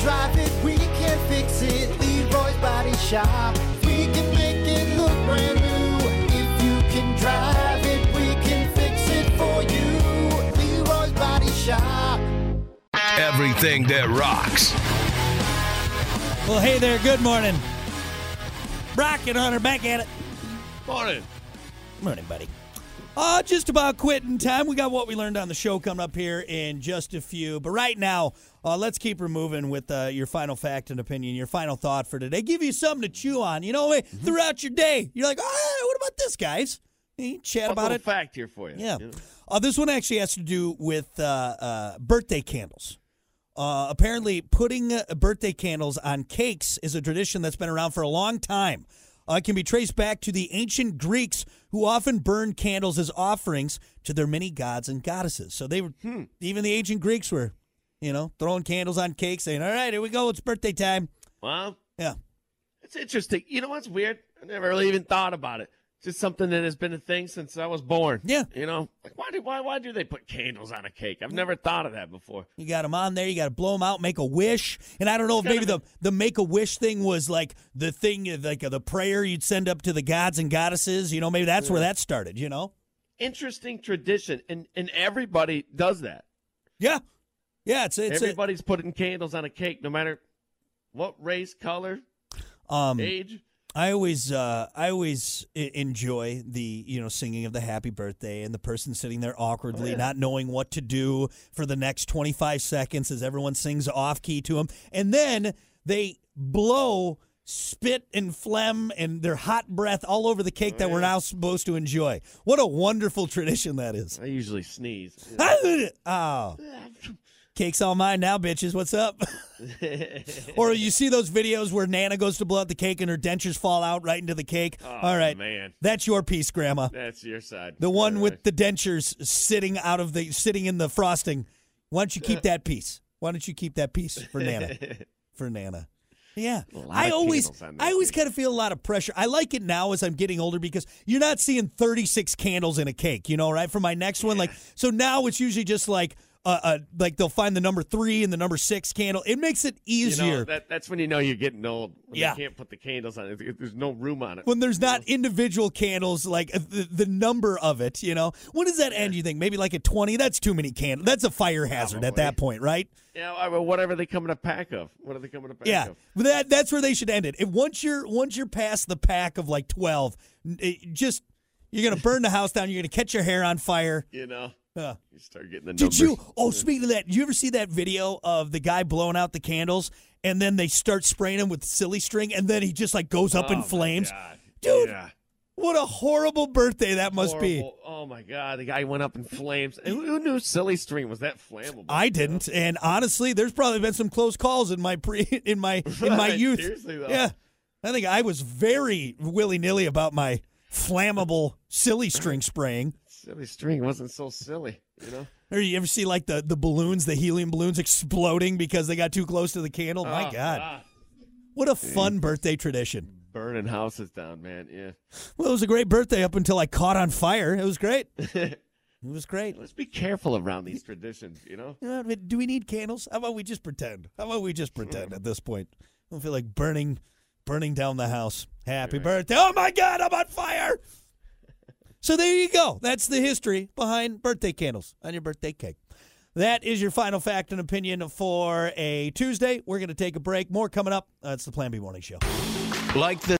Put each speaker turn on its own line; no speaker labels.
drive it, we can fix it. Leroy's Body Shop. We can make it look brand new. If you can drive it, we can fix it for you. Leroy's Body Shop.
Everything that rocks.
Well, hey there. Good morning. Brock and Hunter back at it.
Morning.
Morning, buddy. Uh, just about quitting time. We got what we learned on the show coming up here in just a few. But right now, uh, let's keep her moving with uh, your final fact and opinion, your final thought for today. Give you something to chew on. You know, eh,
Mm-hmm.
throughout your day, you're like, oh, what about this, guys? You chat
Fun
about
little
it.
fact here for you.
Yeah.
You know,
Uh, this one actually has to do with uh, uh, birthday candles. Uh, apparently, putting uh, birthday candles on cakes is a tradition that's been around for a long time. Uh, it can be traced back to the ancient Greeks, who often burned candles as offerings to their many gods and goddesses. So they were, even the ancient Greeks were, you know, throwing candles on cakes, saying, "All right, here we go, it's birthday time."
Well,
Yeah,
it's interesting. You know what's weird? I never really even thought about it. It's just something that has been a thing since I was born.
Yeah.
You know, like why do why why do they put candles on a cake? I've never thought of that before.
You got them on there. You got to blow them out, make a wish. And I don't know if
gotta
maybe the, the make a wish thing was like the thing, like uh, the prayer you'd send up to the gods and goddesses. You know, maybe that's where that started, you know?
Interesting tradition, and and everybody does that.
Yeah. Yeah. It's, it's, a,
Everybody's putting candles on a cake, no matter what race, color,
um,
age.
I always, uh, I always e- enjoy the, you know, singing of the happy birthday and the person sitting there awkwardly, not knowing what to do for the next 25 seconds as everyone sings off key to them. And then they blow spit and phlegm and their hot breath all over the cake that we're now supposed to enjoy. What a wonderful tradition that is.
I usually sneeze.
Oh, cake's all mine now, bitches. What's up? Or you see those videos where Nana goes to blow out the cake and her dentures fall out right into the cake. All right,
Oh, man.
that's your piece, Grandma.
That's your side.
The one
All
with the dentures sitting out of the sitting in the frosting. Why don't you keep that piece? Why don't you keep that piece for Nana? for Nana. Yeah,
lot
I
of
always,
candles on that
I always
cake.
kind of feel a lot of pressure. I like it now as I'm getting older because you're not seeing 36 candles in a cake, you know, right? For my next one, like so now it's usually just like, uh, uh like they'll find the number three and the number six candle. It makes it
You know,
easier.
that, that's when you know you're getting old. When
Yeah.
You can't put the candles on it. There's no room on it.
when there's not individual candles, like uh, the, the number of it, you know, when does that end? You think maybe like at 20? That's too many candles. That's a fire hazard at that point, right?
Yeah, I mean, whatever they come in a pack of. What are they coming in a pack
Yeah,
of?
But that that's where they should end it. If once you're once you're past the pack of like 12, n- it just you're gonna burn the house down. You're gonna catch your hair on fire.
You know,
Uh.
you start getting the numbers.
Did you? Oh, speaking of that, you ever see that video of the guy blowing out the candles and then they start spraying him with silly string and then he just like goes up
Oh,
in
my
flames?
God.
Dude,
Yeah.
What a horrible birthday that must be.
Horrible. Oh my God, the guy went up in flames. And Who, who knew silly string was that flammable?
I didn't, and honestly, there's probably been some close calls in my pre in my in my
Right,
youth.
seriously, though.
Yeah, I think I was very willy nilly about my flammable silly string spraying.
Silly string wasn't so silly. You know.
Or you ever see like the the balloons, the helium balloons exploding because they got too close to the candle? my
Oh,
God, what a fun birthday tradition!
burning houses down, man. Yeah.
Well, it was a great birthday up until I caught on fire. It was great. it was great.
Let's be careful around these traditions. You know.
You know what, Do we need candles? How about we just pretend? How about we just pretend at this point? I don't feel like burning, burning down the house. Happy birthday! Oh my God, I'm on fire! So there you go. That's the history behind birthday candles on your birthday cake. That is your final fact and opinion for a Tuesday. We're going to take a break. More coming up. Uh, it's the Plan B Morning Show.
Like the